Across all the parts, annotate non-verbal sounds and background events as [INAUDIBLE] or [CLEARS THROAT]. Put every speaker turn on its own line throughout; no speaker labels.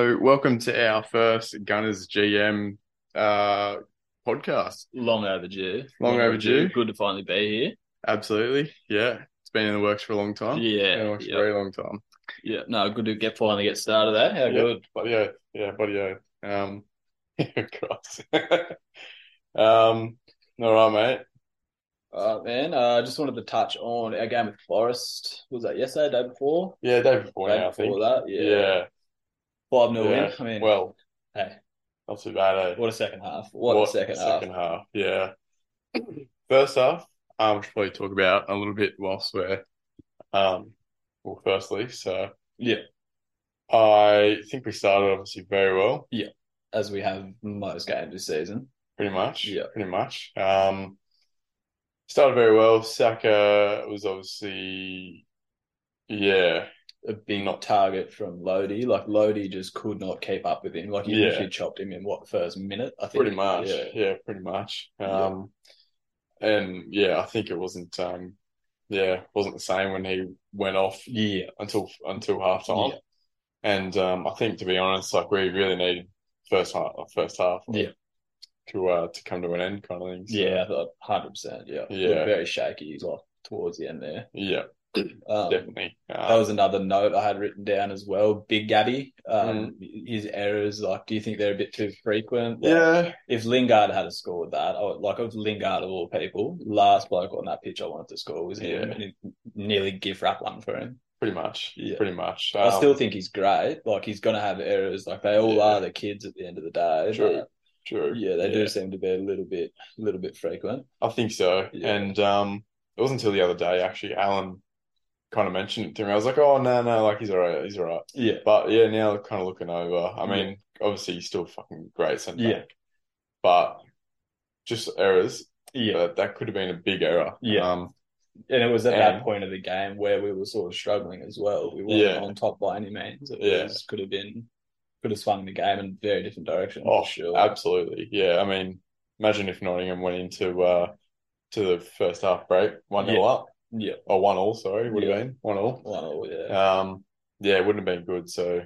So, welcome to our first Gunners GM uh, podcast.
Long overdue.
Long overdue.
Good to finally be
Absolutely, yeah, it's been in the works for a long
here.
time. Been in the
Yeah.
works for a
Yeah.
very long time.
yeah. No, good to get finally get started that. How
Yeah.
good.
Buddy O, yeah, buddy O. Um, [LAUGHS] yeah, Christ. [LAUGHS] um, all right, mate.
All right, man. Uh, I just wanted to touch on our game with Forest. Was that yesterday, day before?
Yeah, day before
Day
now, I
before
think.
that. Yeah.
Yeah,
Five nil
Yeah.
win. I mean
well,
hey,
not too bad. Eh?
what a second half. What, a second, half.
half. Yeah. First half, um, we should probably talk about a little bit whilst we're, um, well, firstly, so
Yeah.
I think we started obviously very well,
As we have most games this season.
pretty much.
Yeah.
pretty much. Um, started very well. Saka was obviously, yeah,
A big target from Lodi. Like Lodi just could not keep up with him. Like he
Yeah.
literally chopped him in what first minute, I think.
pretty much.
Yeah.
Yeah, pretty much.
Yeah.
Um, and yeah, I think it wasn't, um, yeah, wasn't the same when he went off
Yeah.
until until half time.
Yeah.
And um, I think to be honest, like we really needed first half, uh, first half,
Yeah.
to uh, to come to an end, kind of thing. So,
Yeah, hundred percent. Yeah,
Yeah.
Looked very shaky like towards the end there.
yeah,
Um,
definitely.
That
Uh,
was another note I had written down as well. Big Gabby, um,
Mm.
his errors. Like, do you think they're a bit too frequent? Like,
yeah,
If Lingard had scored that, I would, like of Lingard of all people, last bloke on that pitch I wanted to score was him,
Yeah.
and it nearly give wrap one for him.
pretty much.
Yeah.
Pretty much.
I
Um,
still think he's great. Like he's gonna have errors. Like they all
Yeah.
are the kids at the end of the day.
True.
but,
true.
yeah, they do seem to be a little bit, a little bit frequent.
I think so.
Yeah.
And um, it wasn't until the other day actually, Alan kind of mentioned it to me. I was like, oh no, no, like he's all right, he's all right.
Yeah,
But yeah, now kind of looking over. I
Yeah.
mean, obviously he's still fucking great centre
Yeah.
back, but just errors.
yeah.
That, that could have been a big error.
Yeah.
Um,
And it was at
And-
that point of the game where we were sort of struggling as well. We weren't
Yeah.
on top by any means. It
Yeah.
was, could have been could have swung the game in a very different direction
Oh,
for sure.
Absolutely. Yeah. I mean, imagine if Nottingham went into uh to the first half break, one nil
Yeah.
up.
yeah.
Or one all, sorry, would
Yeah.
have been one all.
Well, yeah.
Um yeah, it wouldn't have been good. So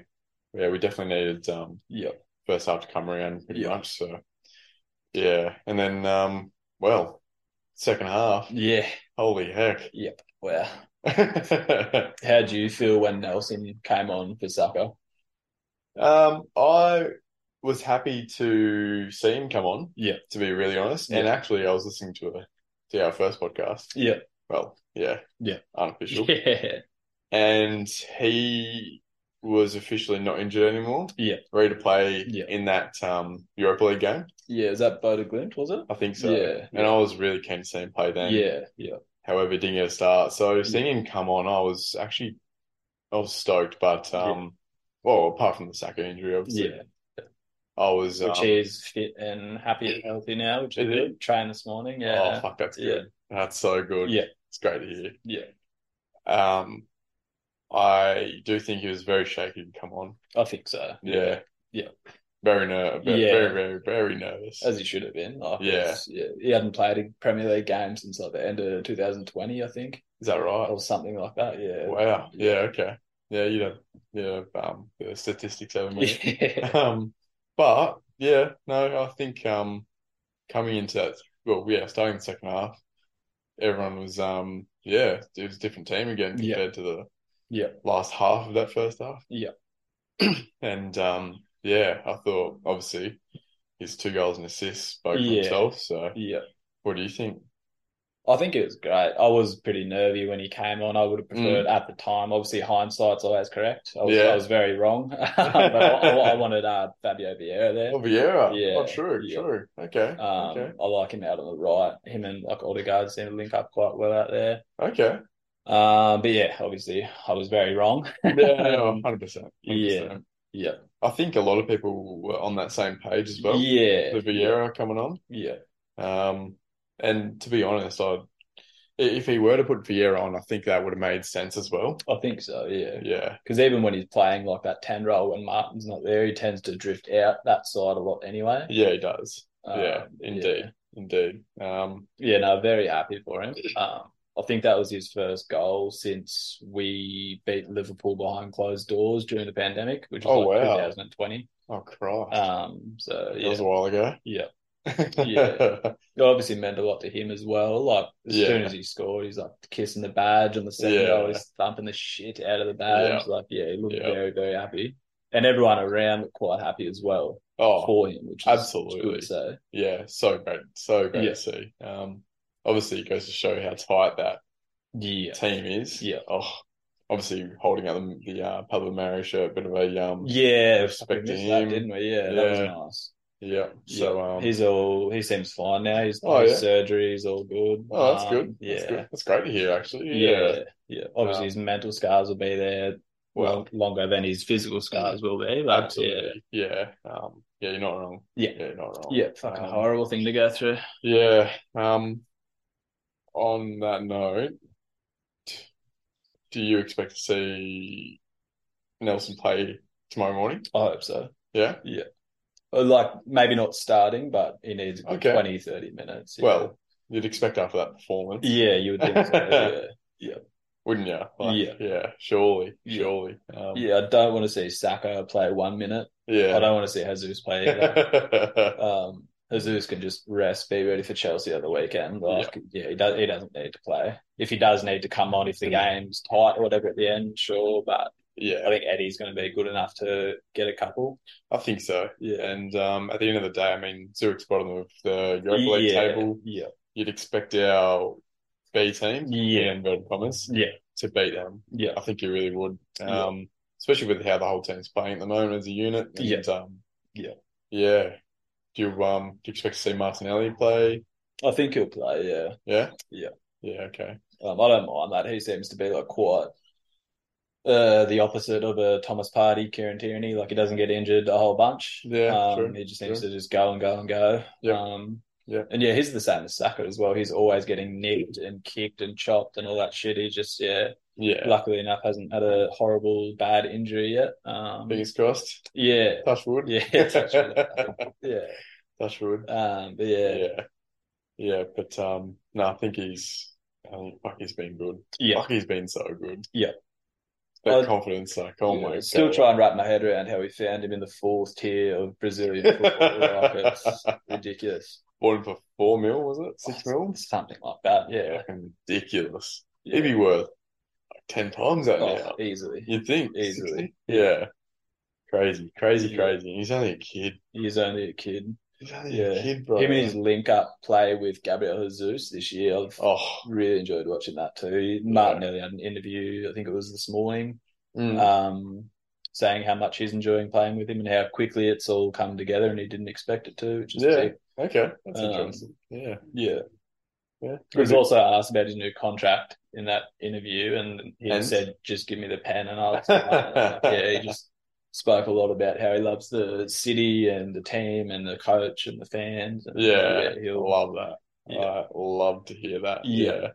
yeah, we definitely needed um
yeah.
first half to come around pretty
Yeah.
much. So yeah. And then um well, second half,
Yeah.
holy heck.
Wow. How do you feel when Nelson came on for Saka?
[LAUGHS] Um, I was happy to see him come on.
Yeah.
To be really honest, and actually, I was listening to a, to our first podcast.
Yeah.
Well, yeah,
Yeah.
unofficial,
[LAUGHS] Yeah.
and he was officially not injured anymore.
Yeah.
Ready to play
Yeah.
in that um Europa League game.
Yeah. Is that Boda Glint, was it?
I think so.
Yeah.
And I was really keen to see him play then.
Yeah. Yeah.
However, didn't get a start. So seeing him come on, I was actually I was stoked, but um, well, apart from the Saka injury, obviously,
Yeah.
I was
Which
um,
he's fit and happy and healthy now, which is
Is he?
good. Trained this morning.
Oh
Yeah.
fuck, that's
Yeah.
good. That's so good.
Yeah.
It's great to hear.
Yeah.
Um, I do think he was very shaky to come on.
I think so.
Yeah.
Yeah.
Very nervous. Very,
Yeah.
very, very, very nervous.
as he should have been. Like,
Yeah.
it's- yeah, he hadn't played a Premier League game since like the end of 2020, I think,
Is that right?
or something like that. Yeah,
Wow. Yeah. Okay. Yeah. You know. Yeah. Um. The statistics over me.
yeah,
[LAUGHS] um. But yeah. No. I think um. Coming into that. Well. Yeah. Starting the second half. Everyone was um. Yeah. It was a different team again
Yeah.
compared to the
yeah,
last half of that first half.
Yeah.
[CLEARS THROAT] And um, yeah, I thought obviously his two goals and assists spoke for
Yeah.
himself. So
[LAUGHS] yeah.
what do you think?
I think it was great. I was pretty nervy when he came on. I would have preferred at the time. Obviously, hindsight's always correct. I was,
Mm. Yeah.
I was very wrong, [LAUGHS] but I, I- I wanted uh, Fabio Vieira there.
Oh, Vieira.
Yeah.
Oh, true,
Yeah.
true. Okay.
Um,
Oh, Okay.
I like him out on the right. Him and like Odegaard seem to link up quite well out there. [LAUGHS]
Okay.
Um, but yeah, obviously, I was very wrong.
Yeah, no, 100%.
Yeah.
100%.
Yeah,
I think a lot of people were on that same page as well.
yeah,
The Vieira coming on.
yeah,
Um, and to be honest, I if he were to put Vieira on, I think that would have made sense as well.
I think so. Yeah,
Yeah.
Because even when he's playing like that 10 role when Martin's not there, he tends to drift out that side a lot anyway.
Yeah, he does.
Um,
yeah, indeed. Indeed. Um,
Yeah. Yeah, no, very happy for him. Um, I think that was his first goal since we beat Liverpool behind closed doors during the pandemic, which was
Oh,
like
wow.
2020.
Oh, Christ.
Um, so
that
yeah,
was a while ago.
yeah, Yeah. it obviously meant a lot to him as well. Like as
Yeah.
soon as he scored, he's like kissing the badge on the second
Yeah.
goal, he's thumping the shit out of the badge. Like yeah, he looked
Yeah.
very very happy, and everyone around looked quite happy as well
[LAUGHS] Oh,
for him, which is
absolutely.
good. So
yeah. So great. So great
Yeah.
to see. Um, obviously, it goes to show how tight that
yeah,
team is.
Yeah.
Oh, obviously, holding out the, the uh, Pablo Mari shirt, bit of a um,
yeah,
Respect
we
to
missed that,
him.
didn't we? Yeah, that was
Yeah.
nice.
yeah. So,
yeah,
um,
he's all he seems fine now. He's
Oh,
his
yeah.
surgery, he's all good.
oh, that's
Um,
good.
Yeah,
That's good. That's great to hear, actually.
yeah, yeah, Obviously,
Um,
his mental scars will be there
Well,
long, longer than his physical scars will be. But yeah,
absolutely. Yeah. Um, yeah, you're not wrong.
Yeah.
Yeah, you're not wrong.
yeah, fucking
Um,
horrible thing to go through.
Yeah. Um, on that note, do you expect to see Nelson play tomorrow morning?
I hope so.
Yeah.
Or, Uh, Like maybe not starting, but he needs a good
Okay.
20, 30 minutes. yeah.
Well, you'd expect after that performance,
yeah, you
[LAUGHS]
would think so. yeah.
wouldn't you? Like,
Yeah.
yeah, surely,
Yeah.
surely. Um,
yeah, I don't want to see Saka play one minute. I
yeah.
don't want to see Jesus play either.
[LAUGHS]
um, Jesus can just rest, be ready for Chelsea at the weekend. Like, yeah, he, does, he doesn't need to play. If he does need to come on, if the game's tight or whatever at the end, sure. But I
Yeah,
think Eddie's going to be good enough to get a couple.
I think so.
Yeah.
And um, at the end of the day, I mean, Zurich's bottom of the Europa League
yeah,
table.
yeah,
You'd expect our B team,
Yeah.
in inverted commas,
yeah,
to beat them.
yeah,
I think you really would,
Yeah.
um, especially with how the whole team's playing at the moment as a unit. And,
Yeah.
um,
Yeah.
yeah. Do you um do you expect to see Martinelli play?
I think he'll play. Yeah,
Yeah,
Yeah.
yeah. Okay.
um, I don't mind that. He seems to be like quite uh, the opposite of a Thomas Party, Kieran Tierney. Like he doesn't get injured a whole bunch.
Yeah,
um,
true,
he just seems to just go and go and go.
Yeah.
um,
Yeah.
and yeah, he's the same as Saka as well. He's always getting nicked and kicked and chopped and all that shit. He just yeah,
Yeah.
luckily enough, hasn't had a horrible bad injury yet. Um,
Fingers crossed.
yeah,
Touch wood. [LAUGHS]
yeah, touch wood. yeah,
Touch wood.
um, but yeah, yeah,
Yeah. Yeah. But um, no, I think he's. I mean, fuck, he's been good.
yeah.
Fuck, he's been so good.
Yeah.
That
I-
confidence, like, oh my god.
Still try and wrap my head around how we found him in the fourth tier of Brazilian
[LAUGHS]
football. like it's ridiculous.
Bought him for four mil, was it? Six mil?
Something like that. Yeah.
Fucking ridiculous.
Yeah.
He'd be worth like ten times that
Oh,
now.
easily.
You'd think
Easily.
60? Yeah. Crazy, crazy,
Yeah.
crazy. He's only a kid.
He's only a kid.
He's only a
Yeah.
kid, bro.
Him and his link up play with Gabriel Jesus this year. I've
oh,
really enjoyed watching that too. Martinelli had an interview, I think it was this morning,
mm,
um, saying how much he's enjoying playing with him and how quickly it's all come together and he didn't expect it to, which is
Yeah.
sick.
okay, that's
um,
interesting. Yeah,
Yeah.
yeah.
[LAUGHS] He was also asked about his new contract in that interview, and he
And?
said, "Just give me the pen, and [LAUGHS] I'll." explain it." yeah, he just spoke a lot about how he loves the city and the team and the coach and the fans. And uh,
Yeah,
he'll.
love that.
Yeah.
I love to hear that.
Yeah.
yeah,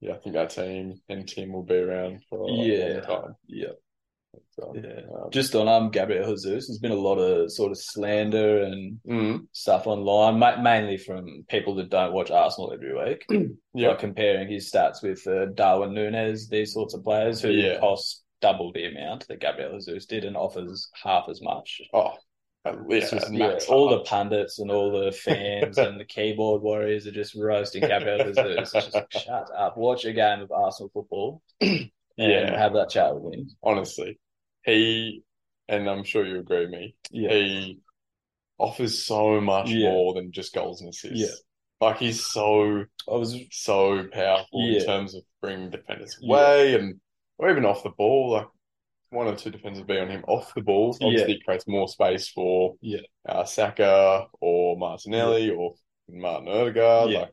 Yeah, I think that team and team will be around for a
Yeah.
long time.
Yeah,
So,
yeah.
um,
Just on um Gabriel Jesus, there's been a lot of sort of slander and
mm,
stuff online, ma- mainly from people that don't watch Arsenal every week.
yeah,
like comparing his stats with uh, Darwin Nunes, these sorts of players who
Yeah.
cost double the amount that Gabriel Jesus did and offers half as much.
oh, at least
It's just
max
yeah, all
hard.
the pundits and all the fans and the keyboard warriors are just roasting Gabriel Jesus. It's just like, shut up, watch a game of Arsenal football and
Yeah.
have that chat with him.
honestly, he and I'm sure you agree with me.
Yeah,
he offers so much
Yeah.
more than just goals and assists.
Yeah.
Like he's so
I was
so powerful
Yeah.
in terms of bringing defenders
Yeah.
away and or even off the ball. Like one or two defenders be on him off the ball.
Yeah.
Obviously, it creates more space for
Yeah.
uh, Saka or Martinelli or Martin Odegaard.
Yeah.
Like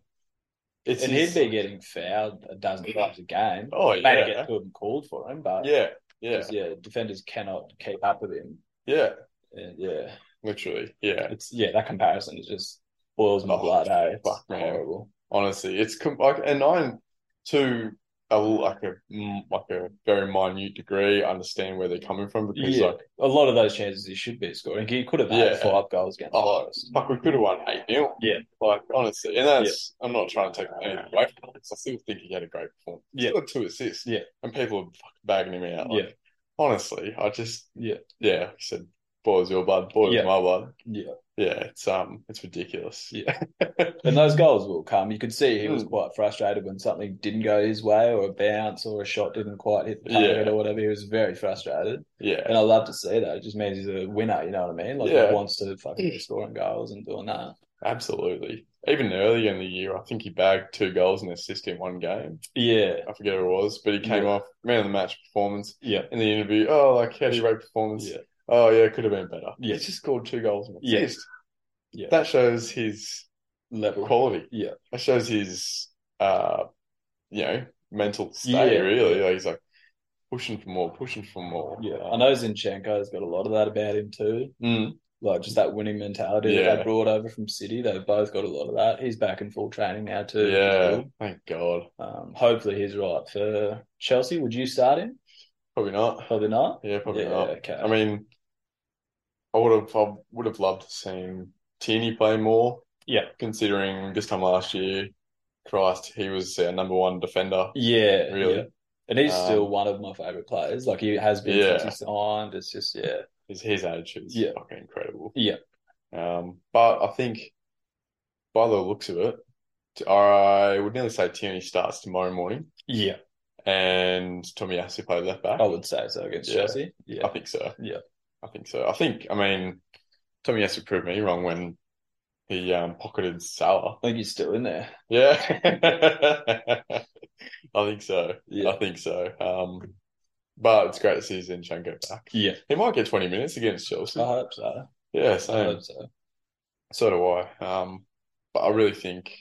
it's
and he'd
his-
be getting fouled a dozen times a game.
oh
Maybe
yeah
get good and called for him, but
yeah yeah
'cause, yeah, defenders cannot keep up with him.
yeah
And, yeah.
literally yeah.
it's yeah, that comparison is just boils my
Oh,
blood. eh? It's
fuck, man.
horrible.
Honestly, it's com- like, and I'm too. a like a like a very minute degree understand where they're coming from because
Yeah.
like
A lot of those chances he should be scoring. He could have had
Yeah.
five goals against
Oh,
us.
Fuck, we could have won 8 0.
Yeah.
Like, honestly. And that's, I'm not trying to take anything away from him 'cause I still think he had a great performance. He's
Yeah.
got two assists.
Yeah.
And people are fucking bagging him out. Like,
Yeah.
Honestly, I just,
Yeah.
yeah, he said, boys, your blood, boys,
Yeah.
my blood.
Yeah.
Yeah. It's, um, it's ridiculous.
Yeah. And those goals will come. You could see he was
Mm.
quite frustrated when something didn't go his way or a bounce or a shot didn't quite hit the target
Yeah.
or whatever. He was very frustrated.
Yeah.
And I love to see that. It just means he's a winner, you know what I mean? Like
Yeah.
he wants to fucking be scoring goals and doing that.
Absolutely. Even earlier in the year, I think he bagged two goals and an assist in one game.
Yeah.
I forget who it was, but he came
Yeah.
off man of the match performance
Yeah.
in the interview. Oh, like, how do you rate performance?
Yeah.
Oh yeah, it could have been better.
Yeah.
He's just scored two goals and an
Yeah.
assist.
Yeah.
That shows his
Level.
quality.
Yeah.
That shows his uh you know, mental state
Yeah.
really. Like he's like pushing for more, pushing for more.
Yeah. I
Um,
know Zinchenko's got a lot of that about him too.
mm,
like just that winning mentality that
Yeah.
they brought over from City. They've both got a lot of that. He's back in full training now too. which is
yeah.
good.
Thank God.
Um, hopefully he's right for Chelsea. Would you start him?
Probably not.
Probably not.
Yeah, probably
yeah.
not.
Okay.
I mean I would have I would have loved to seen Tierney play more.
Yeah.
Considering this time last year, Christ, he was our number one defender.
yeah.
Really?
Yeah. And he's
Um,
still one of my favorite players. Like he has been
Yeah.
since he signed. It's just yeah.
His his attitude is
Yeah.
fucking incredible.
Yeah.
Um, but I think by the looks of it, t- I would nearly say Tierney starts tomorrow morning
Yeah.
and Tommy Asu play left back.
I would say so against
Yeah.
Chelsea.
I
Oh, Yeah.
think so.
Yeah.
I think so. I think I mean Tommy Asu proved me wrong when he um pocketed Salah.
I think he's still in there.
Yeah. [LAUGHS] I think so.
Yeah.
I think so. Um but it's great to see Zinchenko back.
Yeah.
He might get 20 minutes against Chelsea.
I hope so.
Yeah,
uh, I
same.
hope so.
So do I. Um, but I really think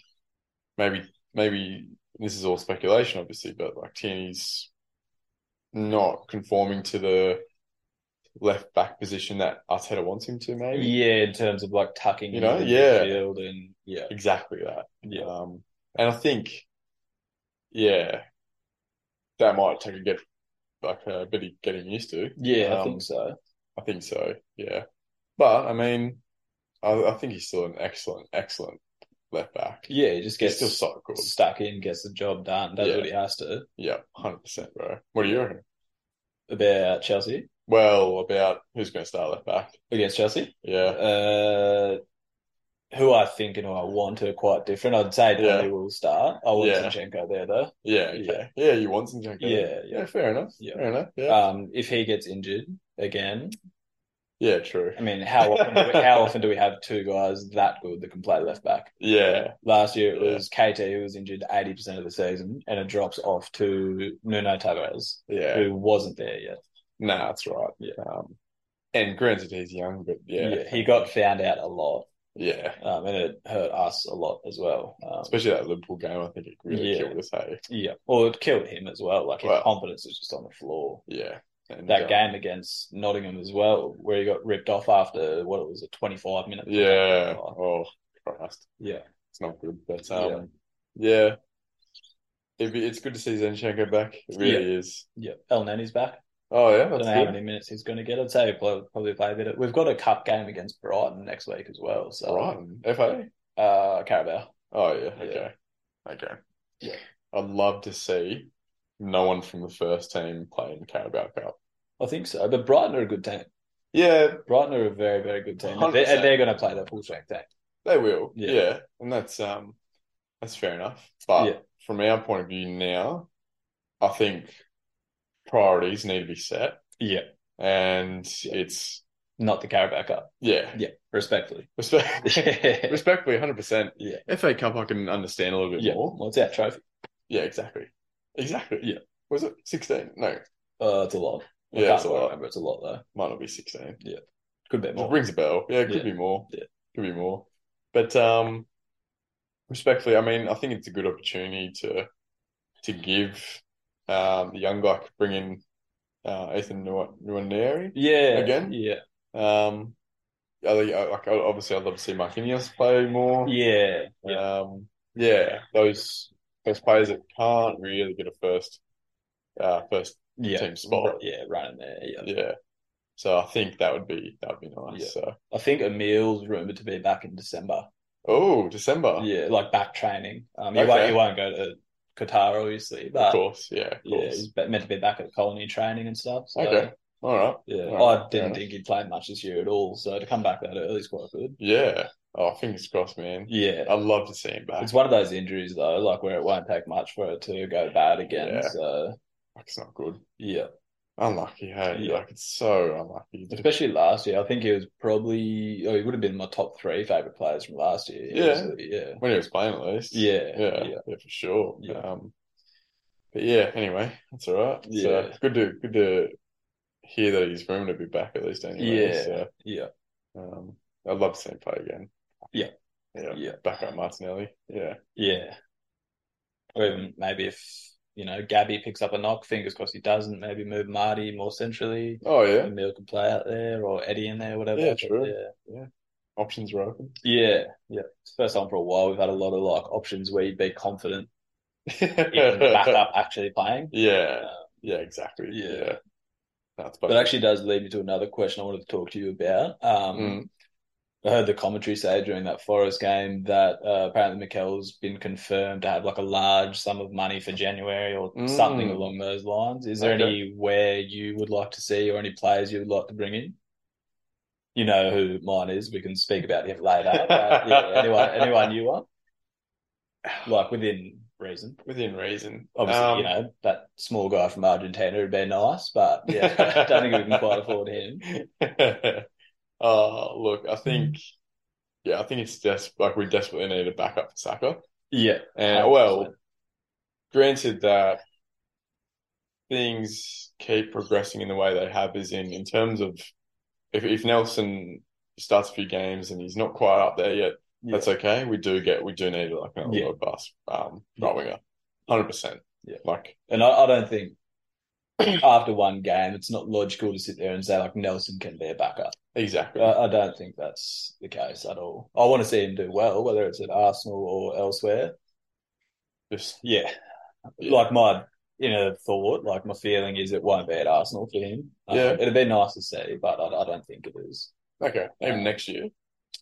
maybe maybe this is all speculation, obviously, but like Tierney's not conforming to the left back position that Arteta wants him to, maybe.
Yeah, in terms of like tucking
You
him
know,
in
yeah.
midfield and yeah.
Exactly that.
Yeah.
Um, and I think, yeah, that might take a get like a bit of getting used to.
Yeah, I
Um,
think so.
I think so, yeah. But I mean, I, I think he's still an excellent, excellent left back.
Yeah, he just
He's
gets
still so good.
stuck in, gets the job done, does
Yeah.
what he has to.
Yeah, hundred percent, bro. What do you reckon?
About Chelsea
Well, about who's going to start left back?
against Chelsea,
Yeah,
uh, who I think and who I want are quite different. I'd say
Yeah.
Delhi will start. I want
Yeah.
Zinchenko there though.
yeah, okay. yeah. you want some junk?
Yeah, yeah.
yeah. Fair enough.
Yeah.
Fair enough. Yeah,
Um, if he gets injured again,
yeah. True.
I mean, how often do we,
[LAUGHS]
how often do we have two guys that good that can play left back?
Yeah,
Last year it
Yeah.
was KT who was injured eighty percent of the season, and it drops off to Nuno Tavares
yeah.
who wasn't there yet.
Nah, that's right.
Yeah.
Um, and granted, he's young, but yeah, yeah,
he got found out a lot. um, and it hurt us a lot as well. Um,
Especially that Liverpool game, I think it really
Yeah.
killed us. Hey,
yeah, well, it killed him as well. Like his
Well-
confidence was just on the floor.
yeah. And,
That
um,
game against Nottingham as well, where he got ripped off after what it was a twenty-five minute.
Yeah. Oh, Christ,
yeah,
it's not good. But um, yeah. It'd be, it's good to see Zinchenko back. It really is.
yeah. El Nenny's back.
Oh yeah,
I
that's
don't know how
good.
many minutes he's going to get. I'd say he'll probably, probably play a bit. Of, we've got a cup game against Brighton next week as well. So
Brighton, FA.
uh, Carabao.
Oh yeah,
Yeah.
okay, okay.
Yeah.
I'd love to see no one from the first team playing Carabao Cup.
I think so, but Brighton are a good team.
Yeah,
Brighton are a very, very good team, and they-
100%.
and they're going to play their full strength team.
they will.
Yeah.
Yeah. and that's um, that's fair enough. But
Yeah.
from our point of view now, I think priorities need to be set,
Yeah,
and it's
not the Carabao Cup.
yeah,
Yeah,
[LAUGHS]
respectfully.
respect,
[LAUGHS] yeah.
respectfully, hundred percent.
Yeah.
FA Cup, I can understand a little bit more.
Well, it's our trophy.
Yeah, exactly, exactly.
Yeah.
was it sixteen? No,
Uh, it's a lot. I
yeah,
can't
it's a
quite
lot.
remember. It's a lot, though.
Might not be sixteen.
Could be
It
more.
rings a bell. Yeah, it could
Yeah.
be more.
Yeah.
Could be more. But um respectfully, I mean, I think it's a good opportunity to to give um the young guy could bring in uh Ethan Nu- Nuaneri.
Yeah.
Again?
Yeah.
Um I think I- like obviously I'd love to see Marquinhos play more.
Yeah. Yeah.
Um yeah, those There's players that can't really get a first uh, first
Yeah,
team spot.
yeah, running there. Yeah.
Yeah. So I think that would be that would be nice.
Yeah.
So
I think Emil's rumored to be back in December.
oh, December.
Yeah, like back training. Um, he
Okay.
won't he won't go to Qatar obviously,
Of
but
course. Yeah. Of
Ah. yeah,
course.
he's be- meant to be back at colony training and stuff. So,
Okay. All right.
Yeah,
Alright,
I
fair
didn't think he'd play much this year at all. So to come back that early is quite good.
Yeah. Oh, fingers crossed, man.
Yeah,
I'd love to see him back.
It's one of those injuries though, like where it won't take much for it to go bad again.
Yeah.
So
Fuck, it's not good.
yeah,
Unlucky, hey.
Yeah.
Like it's so unlucky.
especially last year, I think he was probably, oh, he would have been my top three favorite players from last year. He
Yeah.
was- yeah,
When he was playing at least.
yeah,
Yeah. Yeah, for sure.
Yeah.
Um but yeah, anyway, that's all right. So
Yeah.
good to good to hear that he's rumored to be back at least anyway.
Yeah.
So
yeah,
um I'd love to see him play again.
Yeah.
Yeah.
Yeah.
Back up Martinelli. Yeah.
yeah. Or even maybe if you know Gabby picks up a knock, fingers crossed he doesn't. Maybe move Marty more centrally.
Oh yeah.
Emil can play out there, or Eddie in there, whatever.
Yeah, true.
Yeah.
Options are open.
Yeah, yeah. It's the first time for a while we've had a lot of like options where you'd
[LAUGHS]
be confident in the backup actually playing.
Yeah.
Um,
Yeah, exactly.
yeah.
That's
But actually does lead me to another question I wanted to talk to you about. Um,
Hmm. Mm.
I heard the commentary say during that Forest game that uh, apparently Mikel's been confirmed to have like a large sum of money for January or
Mm.
something along those lines. Is there
Okay.
anywhere you would like to see or any players you would like to bring in? You know who mine is. We can speak about him later. But yeah,
[LAUGHS]
anyone, anyone you want, like within reason.
within reason.
Obviously,
Um,
you know that small guy from Argentina would be nice, but yeah, [LAUGHS] I don't think we can quite
[LAUGHS]
afford him.
Um, Uh, look, I think, yeah, I think it's just like we desperately need a backup for Saka.
Yeah,
And well, granted that things keep progressing in the way they have, is in in terms of if if Nelson starts a few games and he's not quite up there yet,
Yeah.
that's okay. We do get we do need like another
Yeah.
world class um
Yeah.
right winger, hundred percent.
Yeah.
like
and I, I don't think after one game it's not logical to sit there and say like Nelson can be a backup.
exactly.
I, I don't think that's the case at all. I want to see him do well, whether it's at Arsenal or elsewhere.
Just
Yeah,
Yeah.
like my inner thought, like my feeling is it won't be at Arsenal for him. Um,
Yeah.
it'd be nice to see, but I, I don't think it is.
okay,
uh,
even next year.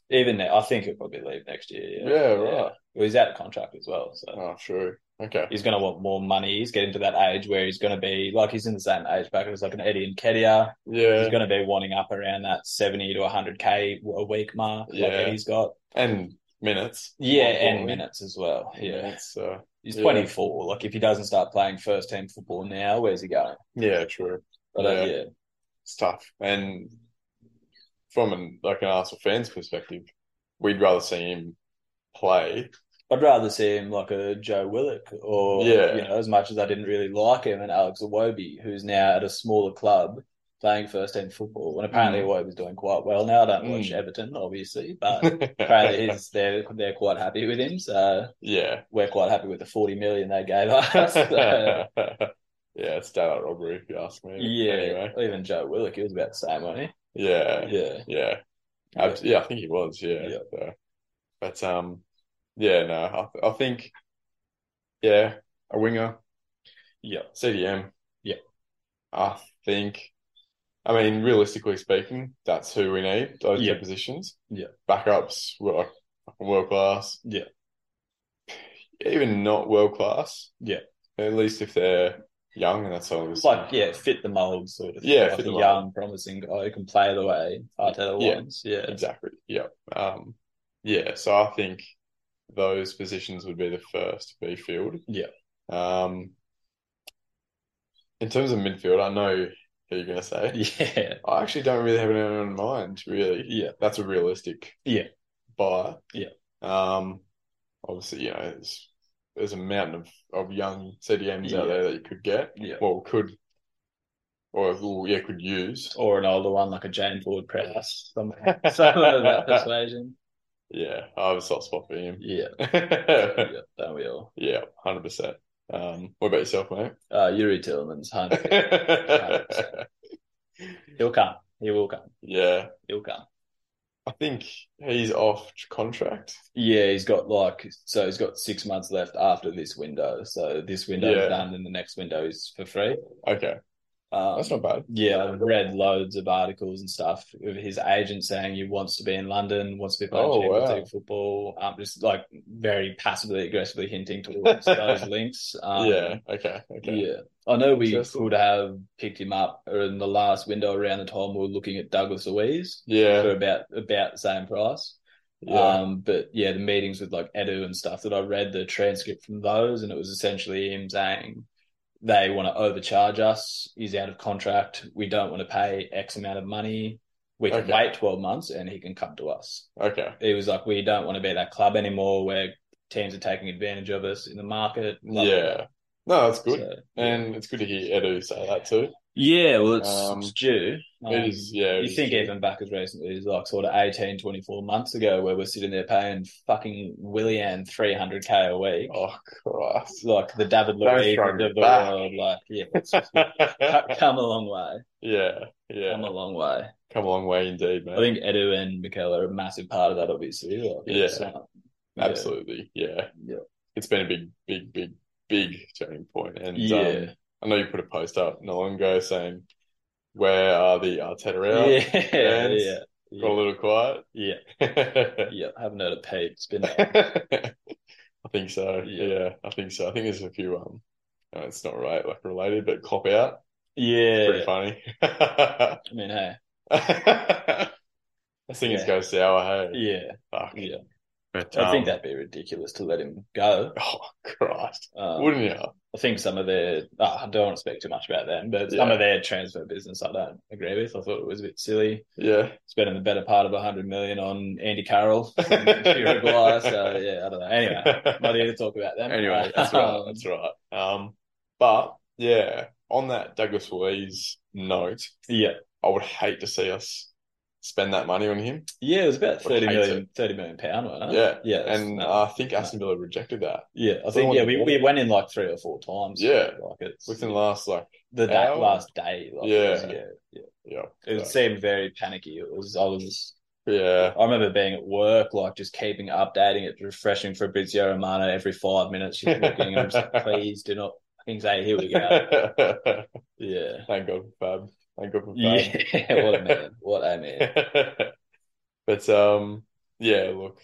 Even now, I think he'll probably leave next year.
Yeah,
Yeah,
right.
Well, he's out of contract as well, so
Oh, true. Okay.
he's going to want more money. He's getting to that age where he's going to be like he's in the same age bracket as like an Eddie and Kedia.
Yeah.
He's going to be wanting up around that seventy to hundred k a week mark,
Yeah.
like Eddie's got.
and minutes.
Yeah, and
Importantly.
minutes as well. Yeah,
Minutes, uh, so-
he's
Yeah.
twenty four. Like if he doesn't start playing first team football now, where's he going?
yeah, true.
But yeah,
Yeah.
uh, yeah,
It's tough. And from an like an Arsenal fan's perspective, we'd rather see him
[LAUGHS]
play.
I'd rather see him like a Joe Willock, or
Yeah.
you know, as much as I didn't really like him, and Alex Awobi, who's now at a smaller club. Playing first team football, and apparently
Mm.
Awobi's doing quite well now. I don't watch
Mm.
Everton, obviously,
[LAUGHS]
but apparently he's they're they're quite happy with him. So [LAUGHS]
yeah.
we're quite happy with the forty million they gave us. [LAUGHS] So,
[LAUGHS] yeah, it's daylight robbery if you ask me.
yeah,
Anyway.
even Joe Willock, he was about the same, wasn't
Yeah.
he? Yeah,
Yeah. Abs- yeah, I think he was. Yeah.
Yeah.
So, but um, yeah, no, I, I think, yeah, a winger.
Yeah.
CDM.
Yeah.
I think. I mean, realistically speaking, that's who we need. Those
Yeah.
two positions.
Yeah.
Backups were like fucking world class.
Yeah.
Even not world class.
Yeah.
At least if they're young, and that's all.
It's like yeah, fit the mold sort of. thing.
Yeah,
like
fit
a
the mold.
young, promising guy who can play the way Arteta
Yeah.
wants. Yeah,
Exactly. Yeah. Um, yeah. So I think those positions would be the first to be filled.
Yeah.
Um, in terms of midfield, I know who you're going to say.
[LAUGHS] yeah,
I actually don't really have anyone in mind, really.
Yeah.
That's a realistic
Yeah.
buy.
Yeah.
Um, obviously, you know, there's, there's a mountain of, of young CDMs out
Yeah.
there that you could get.
yeah.
Well, could, or, well, yeah, could use.
Or an older one like a Jane Ford Prowse, [LAUGHS] some someone of that persuasion.
[LAUGHS] Yeah. I have a soft spot for him.
[LAUGHS] Yeah,
[LAUGHS]
yeah, don't we all?
Yeah, hundred percent. Um, what about yourself, mate? [LAUGHS]
Uh, Yuri Tillman's hundred. He'll come. He will come.
yeah,
He'll come.
I think he's off contract.
Yeah, he's got like so he's got six months left after this window. So this window
Yeah.
is done, and the next window is for free.
Okay,
Um,
that's not bad.
Yeah, I've read loads of articles and stuff of his agent saying he wants to be in London, wants to be playing
Oh,
Champions
wow.
League football. Um, just like very passively aggressively hinting towards
[LAUGHS]
those links. Um,
yeah. Okay. Okay.
yeah. I know we
Interesting.
could have picked him up in the last window around the time we were looking at Douglas Louise
Yeah.
for about about the same price.
yeah.
Um, but yeah, the meetings with like Edu and stuff that I read the transcript from those, and it was essentially him saying they want to overcharge us. He's out of contract. We don't want to pay X amount of money. We can
Okay.
wait twelve months, and he can come to us.
okay.
He was like, we don't want to be that club anymore where teams are taking advantage of us in the market. Blah, blah,
Yeah. No, that's
blah.
good,
So,
and it's good to hear Edu say that too.
yeah, well, it's,
Um,
it's due. Um,
it is. Yeah. it
you
is
think
true.
even back as recently as like sort of 18, 24 months ago, where we're sitting there paying fucking Willian 300k a week,
Oh
[LAUGHS]
Christ.
like the David
Don't
Luiz
throw
of
me
the
back.
world, like, yeah,
[LAUGHS]
it's just- co- come a long way,
yeah. Yeah.
come a long way.
Come a long way indeed,
I
man.
think Edu and Mikel are a massive part of that, obviously. Like,
Yeah.
it's, um, yeah.
Absolutely. Yeah.
Yeah.
It's been a big, big, big, big turning point. And um,
Yeah.
I know you put a post up not long ago saying, Where are the
[LAUGHS] Yeah.
Artetera?
Yeah. Yeah.
Fans.
yeah.
Got a little quiet.
Yeah, haven't heard a peep. It's
[LAUGHS]
been
I think so.
Yeah.
Yeah. I think so. I think there's a few um no, it's not right, like related, but cop out. Pretty
yeah.
funny. [LAUGHS]
I mean, hey,
I think it's
Yeah.
go sour, hey.
yeah,
Fuck.
yeah.
But,
I think
um,
that'd be ridiculous to let him go.
Oh Christ.
Um,
Wouldn't you?
I think some of their, oh, I don't want to speak too much about them, but some
Yeah.
of their transfer business I don't agree with. I thought it was a bit silly
Yeah.
spending the better part of 100 million on Andy Carroll [LAUGHS] from Uruguay. So, yeah, I don't know. Anyway, not here to talk about them.
[LAUGHS] anyway, that's right.
Um,
That's right. Um, but yeah, on that Douglas Louise note,
Um, Yeah.
I would hate to see us spend that money on him.
Yeah, it was about 30
hate
million, 30 million pound, wasn't it?
Yeah,
Yeah. that's-
and uh,
no.
I think Aston Villa rejected that
yeah, I
Someone
think, yeah, we,
bought
we went in like three or four times.
Yeah.
Like it's
within the last like
the that
hour.
last day. Like, it was-
Yeah.
yeah.
yeah,
It
so,
seemed very panicky. It was, I was,
yeah, [LAUGHS]
I remember being at work, like just keeping updating it, refreshing Fabrizio Romano every five minutes, just looking. I'm just [LAUGHS] like, please do not fucking say, here we go. Yeah.
Thank God for Fab. Thank God for Fab.
Yeah. [LAUGHS] what a man. What a man.
[LAUGHS] but um, yeah, look,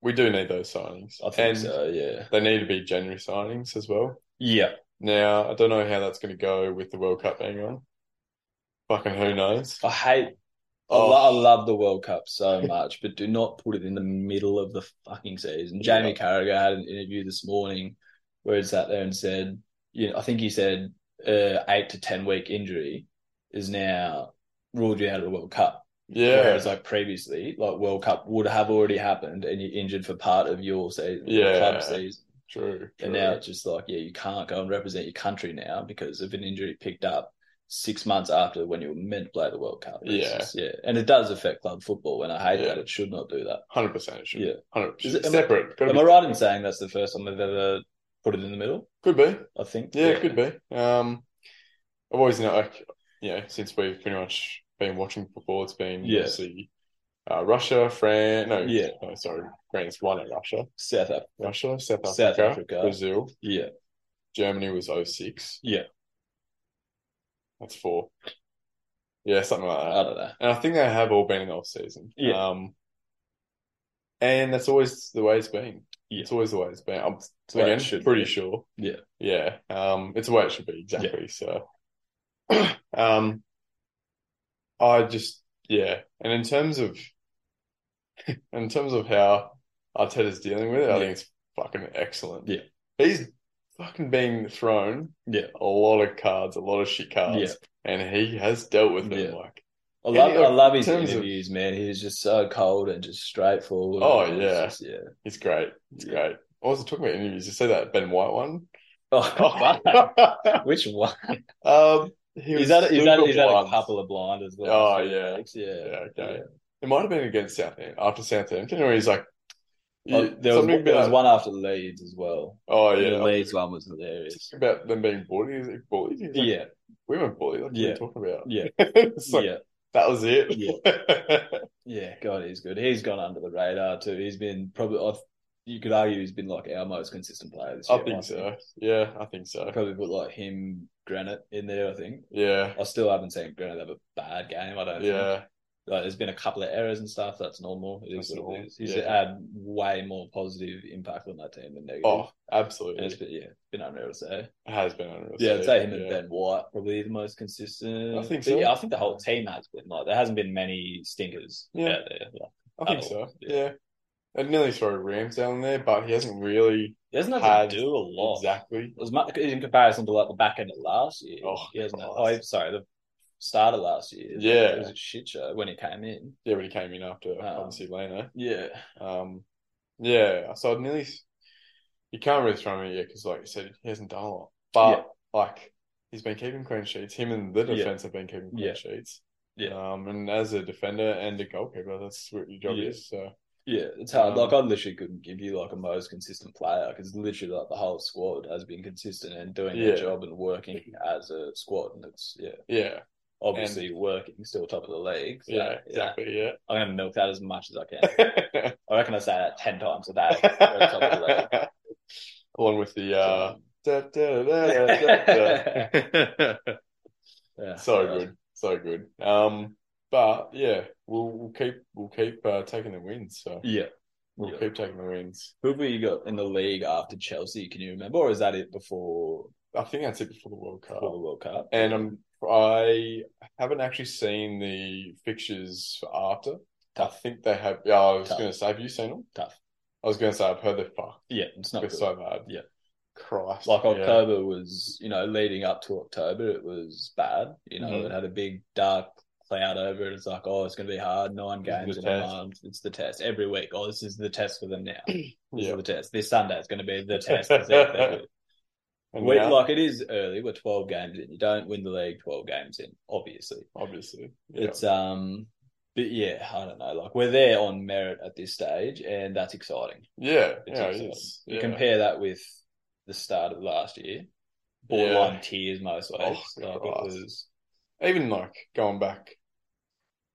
we do need those signings,
I think
and
so. Yeah.
they need to be January signings as well.
Yeah.
Now, I don't know how that's going to go with the World Cup being on. Fucking who knows?
I hate, I, lo- I love the World Cup so much, but do not put it in the middle of the fucking season. Jamie Carragher had an interview this morning where he sat there and said, you know, I think he said uh, eight to 10 week injury is now ruled you out of the World Cup.
yeah,
Whereas like previously, like World Cup would have already happened and you're injured for part of your season, your
Yeah.
club season.
true.
And
true.
now it's just like, yeah, you can't go and represent your country now because of an injury picked up six months after when you were meant to play the World Cup. It's
Yeah.
just- yeah. And it does affect club football and I hate
Yeah.
that. It should not do that.
hundred percent, it should.
Yeah.
hundred
Is it-
percent
am I-
separate. Gotta
Am
be-
I right in saying that's the first time I've ever put it in the middle?
Could be.
I think.
Yeah, it could be. Um, I've always known, like, you know, since we've pretty much been watching football, it's been
Yeah.
obviously uh, Russia, France. No,
Yeah.
no, sorry, France won at Russia,
South Africa.
Russia, South
South
Africa,
Africa.
Brazil,
Yeah.
Germany was 06.
Yeah.
that's four. Yeah, something like that.
I don't know.
And I think they have all been in the off season.
Yeah.
Um, and that's always the way it's been.
Yeah.
It's always the way it's been. I'm
the way it
again
should
pretty
be.
sure.
Yeah.
Yeah. Um, it's the way it should be exactly. So, [CLEARS THROAT] um, I just yeah. And in terms of, [LAUGHS] in terms of how Arteta's dealing with it, I
Yeah.
think it's fucking excellent.
Yeah.
He's fucking being thrown
Yeah.
a lot of cards, a lot of shit cards,
Yeah.
and he has dealt with them
Yeah.
like.
I
Yeah,
love,
like,
I love his
in terms of-
interviews, man. He was just so cold and just straightforward.
Oh,
It was
yeah.
just- yeah. [LAUGHS]
It's great. It's
Yeah.
great. I wasn't talking about interviews. You say that Ben White
[LAUGHS]
one? [LAUGHS]
Oh, wow. Which one?
um, he
Is
was
that is that
super
is that a
blunt.
couple of blinders? the
Oh,
last few
yeah.
weeks? yeah.
Yeah, okay. It might have been against Southampton after Southampton, where he's like,
Oh,
you-
there was
something
there was
about-
one after Leeds as well.
Oh
The
yeah,
Leeds one was hilarious.
Something about them being bullied. He's like, bullied? He's like,
Yeah,
we weren't bullied. Like, what
Yeah.
are you talking about?
yeah,
[LAUGHS] it's like,
yeah.
That was it. [LAUGHS] Yeah.
yeah, God, he's good. He's gone under the radar too. He's been probably, I've, you could argue, he's been like our most consistent player this
I
year.
think so. Yeah, I think so.
I'd probably put like him, Granite in there. I think.
Yeah,
I still haven't seen Granite have a bad game. I don't. Think.
yeah,
Like, there's been a couple of errors and stuff. That's normal. It is
That's
what
normal,
it is. He's
yeah.
had way more positive impact on that team than negative.
Oh,
And it's
absolutely.
been, yeah, been unreal to say.
It has been unreal.
Yeah, I'd
So,
say him and
yeah.
Ben White probably the most consistent.
I think
But
so.
Yeah, I think the whole team has been like there hasn't been many stinkers
Yeah.
out there. Like,
I think
at
so.
all.
Yeah. I'd nearly throw Rams down there, but he hasn't really
he doesn't have
Had-
to do a lot.
exactly.
As much in comparison to like the back end of last year.
Oh,
he hasn't. Oh,
Christ.
I'm sorry, the start of last year.
Yeah.
it was a shit show when he came in.
Yeah, but he came in after
Ah.
obviously Leno.
Yeah,
Um, yeah, so I'd nearly you can't really throw him in yet because, like you said, he hasn't done a lot. But like he's been keeping clean sheets. Him and the
Yeah.
defense have been keeping clean
Yeah.
sheets.
Yeah.
Um, and as a defender and a goalkeeper, that's what your job
Yeah.
is. So
yeah, it's hard.
Um,
like I literally couldn't give you like a most consistent player because literally like the whole squad has been consistent and doing
Yeah.
their job and working as a squad, and it's yeah.
yeah,
obviously working, still top of the league. So,
yeah, exactly, yeah.
I'm going to milk that as much as I can. I reckon I say that 10 times a day. We're top of the
[LAUGHS]
league.
Along with the
So,
uh, da, da, da, da,
[LAUGHS]
da.
yeah.
so
Yeah.
good, so good. Um, but yeah, we'll, we'll keep we'll keep uh, taking the wins. So
Yeah.
we'll
Yeah.
keep taking the wins.
Who have we got in the league after Chelsea? Can you remember? Or is that it before,
I think that's it before the World Cup.
before the World Cup?
And um, I haven't actually seen the fixtures for after. I
Tough.
think they have. Yeah, I was
Tough.
going to say, have you seen them?
Tough.
I was going to say, I've heard they're fucked.
Yeah, it's not
They're
good.
so bad.
Yeah.
Christ.
like
yeah.
October was, you know, leading up to October, it was bad. You know,
Mhm.
it had a big dark cloud over it. It's like, oh, it's going to be hard. Nine
This is
games
the
in a
test.
month. It's the test every week. Oh, this is the test for them now. This
Yeah.
is the test. This Sunday is
[LAUGHS]
going to be the test. to see if they're good.
And
We-
now,
like it is early. We're twelve games in. You don't win the league twelve games in, obviously.
obviously. Yeah.
It's um, but yeah, I don't know. Like we're there on merit at this stage, and that's exciting.
yeah.
It's
yeah,
exciting.
it is.
You
Yeah.
compare that with the start of last year, borderline tears most
Oh,
weeks. like it
God.
was,
even like going back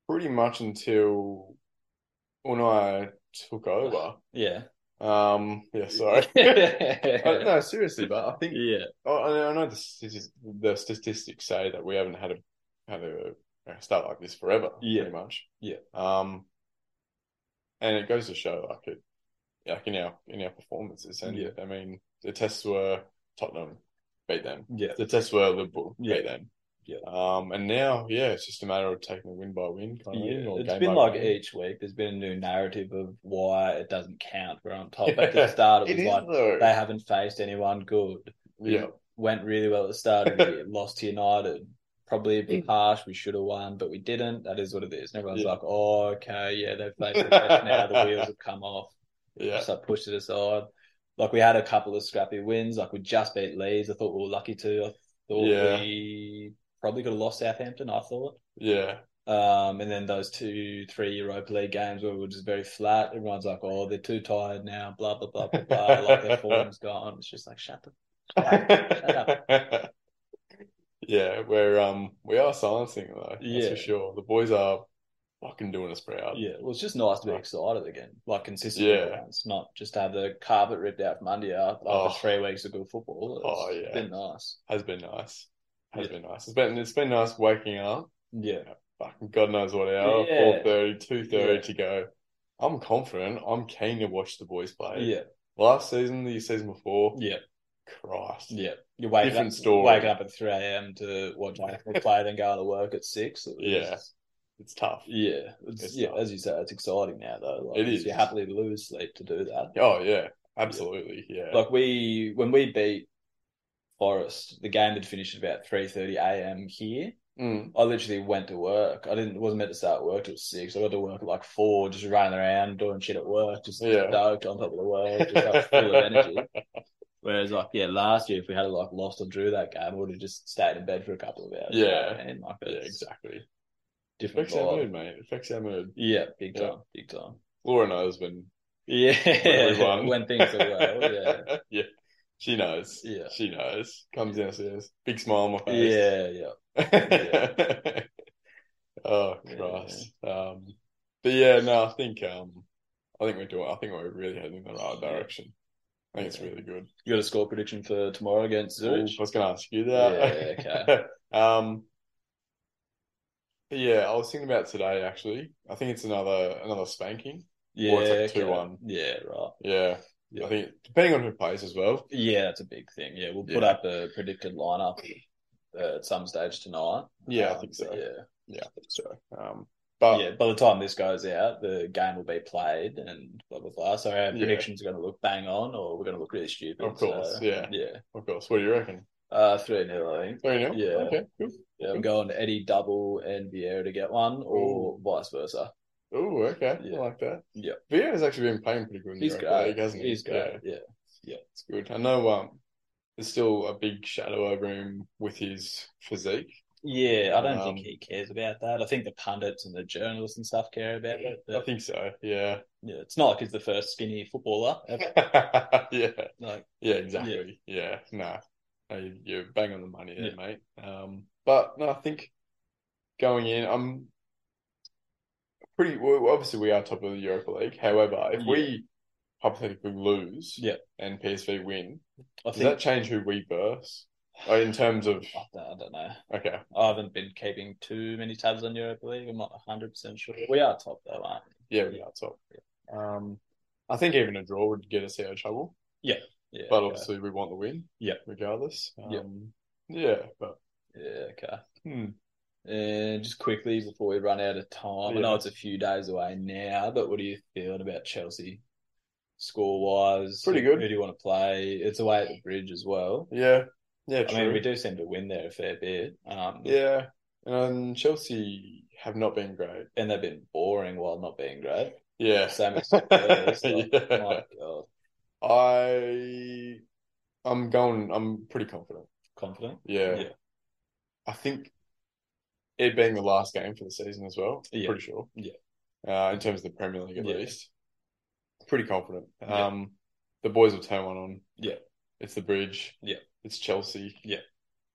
pretty much until when I took over.
yeah,
Um, yeah,
[LAUGHS]
sorry. [LAUGHS] Uh,
yeah,
no, seriously, but I think Oh, I know- I know the statistics, the statistics say that we haven't had a had a, a start like this forever,
Yeah.
pretty much.
Yeah.
Um, and it goes to show, like it, like in our in our performances, and
Yeah.
I mean, the tests were Tottenham beat them,
yeah,
the tests were Liverpool
Yeah.
beat them,
Yeah.
Um, and now, yeah, it's just a matter of taking a win by win kind of thing,
Yeah,
or
it's
game
been
by
like
game.
each week. There's been a new narrative of why it doesn't count. We're on top.
[LAUGHS]
At the start, it
It
was
is
like
though.
they haven't faced anyone good.
yeah,
went really well at the start of the
[LAUGHS]
year, lost to United. Probably a bit harsh. We should have won, but we didn't. That is what it is. And everyone's
Yeah.
like, oh, okay,
[LAUGHS]
yeah, they've faced the pressure now. The wheels have come off.
yeah,
Just like pushed it aside. Like we had a couple of scrappy wins. Like we just beat Leeds. I thought we were lucky to. I thought
Yeah.
we probably could have lost Southampton. I thought. [LAUGHS]
yeah,
Um, and then those two, three Europa League games where we were just very flat. Everyone's like, oh, they're too tired now. Blah blah blah blah blah.
[LAUGHS]
like their form's gone. It's just like shut the fuck up.
[LAUGHS] Yeah, we're um we are silencing though, that's
Yeah.
for sure. The boys are fucking doing us proud.
Yeah, well, it's just nice to be
Right.
excited again, like consistently.
Yeah.
It's not just to have the carpet ripped out from under you after
Oh.
three weeks of good football. It's
Oh, yeah.
been nice.
Has been nice. Has
Yeah.
been nice. It's been it's been nice waking up.
Yeah,
Fucking God knows what hour,
Yeah.
four thirty, two thirty
Yeah.
to go. I'm confident. I'm keen to watch the boys play.
yeah,
Last season, the season before,
yeah,
Christ.
yeah. You're waking
Different
up,
story.
waking up at three a.m. to watch Arsenal play, then going to work at six. It was-
Yeah. It's tough.
yeah, it's,
It's
yeah.
tough.
As you say, it's exciting now though. Like,
It is.
You happily lose sleep to do that.
Oh yeah, absolutely. Yeah.
Like we when we beat Forest, the game had finished at about three thirty a.m. here.
Mm.
I literally went to work. I didn't wasn't meant to start work till six. I got to work at like four, just running around doing shit at work, just
Yeah.
stoked on top of the world, just like full of energy. Whereas like yeah, last year if we had like lost or drew that game, I would have just stayed in bed for a couple of hours. you know
Yeah.
what I mean? like
Yeah,
it's
exactly.
different.
Affects our
vibe.
mood, mate. Affects our mood.
Yeah, big
Yeah.
time, big time.
Laura knows when
[LAUGHS]
we
Yeah,
won.
when things are well, [LAUGHS] yeah,
[LAUGHS] yeah. She knows.
Yeah.
She [LAUGHS] knows. Comes downstairs. Big smile on my face.
yeah, yeah.
Yeah. Oh Christ. Um, but yeah, no, I think um, I think we're doing. I think we're really heading in the right direction. I think it's really good.
You got a score prediction for tomorrow against
Ooh, [LAUGHS]
Zurich?
I was going to ask you that. [LAUGHS]
Yeah,
um, yeah, I was thinking about today actually. I think it's another another spanking.
Yeah,
Well, it's like
okay.
2-1.
Yeah, right.
Yeah,
Yeah.
I think depending on who plays as well.
Yeah, that's a big thing. Yeah, we'll put
Yeah.
up a predicted lineup uh, at some stage tonight.
Yeah, I
Um,
think so.
Yeah,
Yeah, I think so. Um, but
yeah. By the time this goes out, the game will be played and blah blah blah. So our
Yeah.
predictions are going to look bang on, or we're going to look really stupid.
Of course,
So,
yeah.
yeah.
of course, what do you reckon?
Uh, three 0 I think.
Three 0
Yeah.
Okay. Cool.
Yeah, I'm going Eddie double and Vieira to get one, or vice versa.
Ooh, okay.
Yeah.
I like that.
Yeah.
Vieira's actually been playing pretty good in
He's
the Europa
great.
League, hasn't he?
He's
Yeah.
great. Yeah.
It's good. I know um, there's still a big shadow over him with his physique.
Yeah, I don't think
Um,
he cares about that. I think the pundits and the journalists and stuff care about it.
I
But
think so. Yeah. [LAUGHS]
yeah, it's not like he's the first skinny footballer. ever.
yeah.
like,
Yeah. Exactly. Yeah. No. No, you- you're bang on the money there,
Yeah.
mate. Um, but no, I think going in, I'm pretty. Well, obviously, we are top of the Europa League. However, if
Yeah.
we hypothetically lose,
Yeah.
and PSV win,
I
does
think
that change who we verse? Uh, In terms of
I don't, I don't know.
okay,
I haven't been keeping too many tabs on Europa League. I'm not 100 percent sure. We are top though, aren't
yeah, we are top. Um, I think even a draw would get us out of trouble.
we? Yeah,
But
okay.
obviously, we want the win.
Yeah.
Regardless.
Yeah.
Um, yeah. But
yeah, okay.
hmm,
And just quickly before we run out of time, I
Yeah.
know it's a few days away now, but what are you feeling about Chelsea score wise?
Pretty good.
Who do you want to play? It's away at the bridge as well.
yeah. Yeah.
I
True.
mean, we do seem to win there a fair bit. Um,
Yeah. And um, Chelsea have not been great.
And they've been boring while not being great.
[LAUGHS] Yeah.
Same as Spurs. Like,
Yeah.
My God.
I. I'm going. I'm pretty confident.
Confident?
Yeah.
Yeah.
I think it being the last game for the season as well.
Yeah.
Pretty sure.
Yeah.
Uh, in terms of the Premier League, at
Yeah.
least. Pretty confident.
Yeah.
Um, the boys will turn one on.
Yeah.
It's the bridge.
Yeah.
It's Chelsea.
Yeah.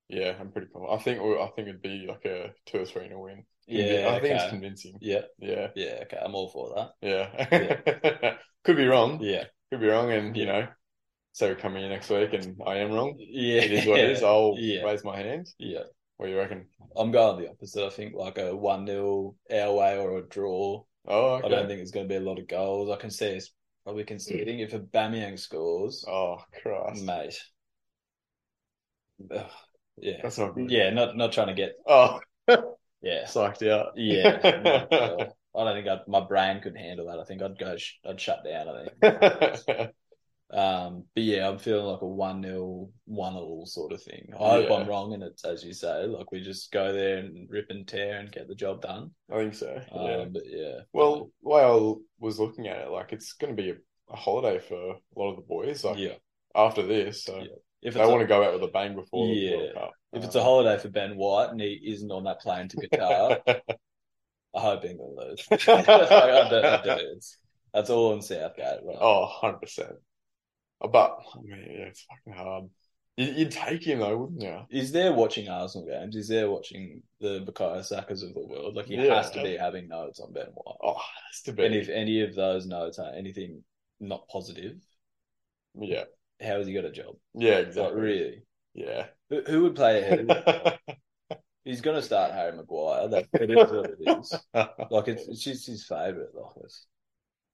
Yeah, I'm pretty confident. I think we- I think it'd be like a two or three in a win.
Yeah,
I think it's
okay.
convincing.
Yeah.
Yeah,
Yeah, okay. I'm all for that.
yeah. [LAUGHS] Could be wrong.
Yeah.
Could be wrong, and you know, so we're coming here next week, and I am wrong.
[LAUGHS] Yeah.
It is what it is. I'll
Yeah.
raise my hand.
[LAUGHS] Yeah.
What do you reckon?
I'm going the opposite. I think like a 1 0 our way or a draw.
Oh,
I don't
okay.
think there's going to be a lot of goals. I can see us probably conceding. If a Bamiyang scores,
Oh, Christ.
mate. Ugh, yeah.
That's not good.
Yeah, not not trying to get.
Oh, [LAUGHS]
Yeah.
psyched
[LAUGHS]
out.
Yeah.
[LAUGHS]
no, no. I don't think I'd, my brain could handle that. I think I'd go, sh- I'd shut down. I
[LAUGHS]
think. Um, but yeah, I'm feeling like a 1 0, 1 all sort of thing. I hope
Yeah.
I'm wrong. And it's, as you say, like we just go there and rip and tear and get the job done.
I think so.
Um,
Yeah.
But yeah.
Well, the way I was looking at it, like it's going to be a, a holiday for a lot of the boys. Like
yeah.
after this, so
Yeah. If
they
it's a-
want to go out with a bang before
Yeah.
the World Cup. Uh.
If it's a holiday for Ben White and he isn't on that plane to Qatar,
[LAUGHS]
I hope England lose. Like, [LAUGHS] I do I do. It's, that's all in Southgate. Right?
oh, 100 percent. Uh, But I mean, yeah, it's fucking hard. You, you'd take him though, wouldn't you?
Is there watching Arsenal games? Is there watching the Bukayo Sakas of the world? Like he
Yeah.
has to be having notes on Ben White.
Oh, it has to be.
And if any of those notes are anything not positive,
yeah,
how has he got a job?
yeah,
Like
exactly.
really,
Yeah,
who, who would play ahead? of
[LAUGHS]
him? He's going to start Harry Maguire. That it is what it
[LAUGHS]
is. Like it's, it's just his favourite. Like it's-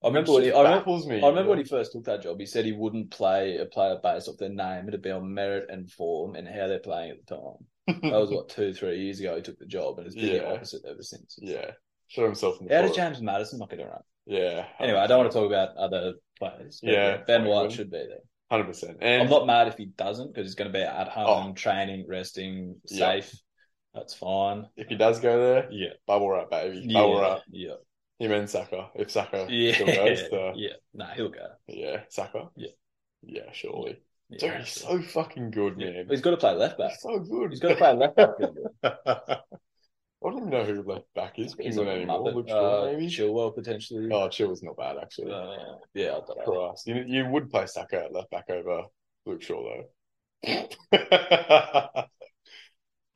I remember when he, I remember,
baffles me.
I remember when he first took that job, he said he wouldn't play a player based off their name. It'd be on merit and form and how they're playing at the time.
[LAUGHS]
That was what two, three years ago he took the job, and it's been the
Yeah.
opposite ever since.
yeah, shot himself in the
How did
foot.
James Madison not get around?
Yeah.
Anyway, I don't want to talk about other players. but
Yeah.
Ben White should be there.
Hundred percent. And Oh.
I'm not mad if he doesn't because he's going to be at home, training, resting,
Yeah.
safe. That's fine.
if he does go there,
Yeah.
bubble wrap, baby,
Yeah.
bubble wrap.
Yeah.
Him and Saka. If Saka still
Yeah.
goes, uh,
[LAUGHS] yeah. Nah, he'll go.
yeah, Saka.
Yeah.
yeah, surely.
Yeah,
Dude, he's so fucking good, man.
He's got to play left back.
He's so good.
He's got to play left back. Kimble.
I don't even know who left back is.
He's
England
a
anymore.
Muppet.
Luke
Uh,
Shaw, maybe.
Chilwell potentially.
Oh, Chilwell's not bad actually.
Uh, yeah, I don't know.
Christ, you you would play Saka at left back over Luke Shaw though. [LAUGHS]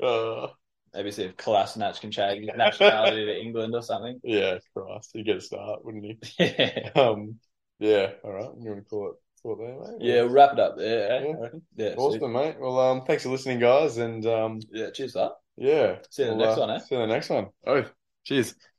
uh,
Maybe see if Kolasinac
[LAUGHS]
can change his nationality to England or something. [LAUGHS]
Yeah, Christ, he'd get a start, wouldn't he?
yeah.
Um, yeah. All right, you want to call it call it there, mate?
Yeah, we'll wrap it up there. eh?
Yeah.
I reckon. Yeah, sweet.
Awesome, mate. Well, um, thanks for listening, guys, and um,
Yeah, cheers, that.
yeah,
See you in the
We'll,
next
uh,
one, eh?
See you in the next one. Oh, cheers.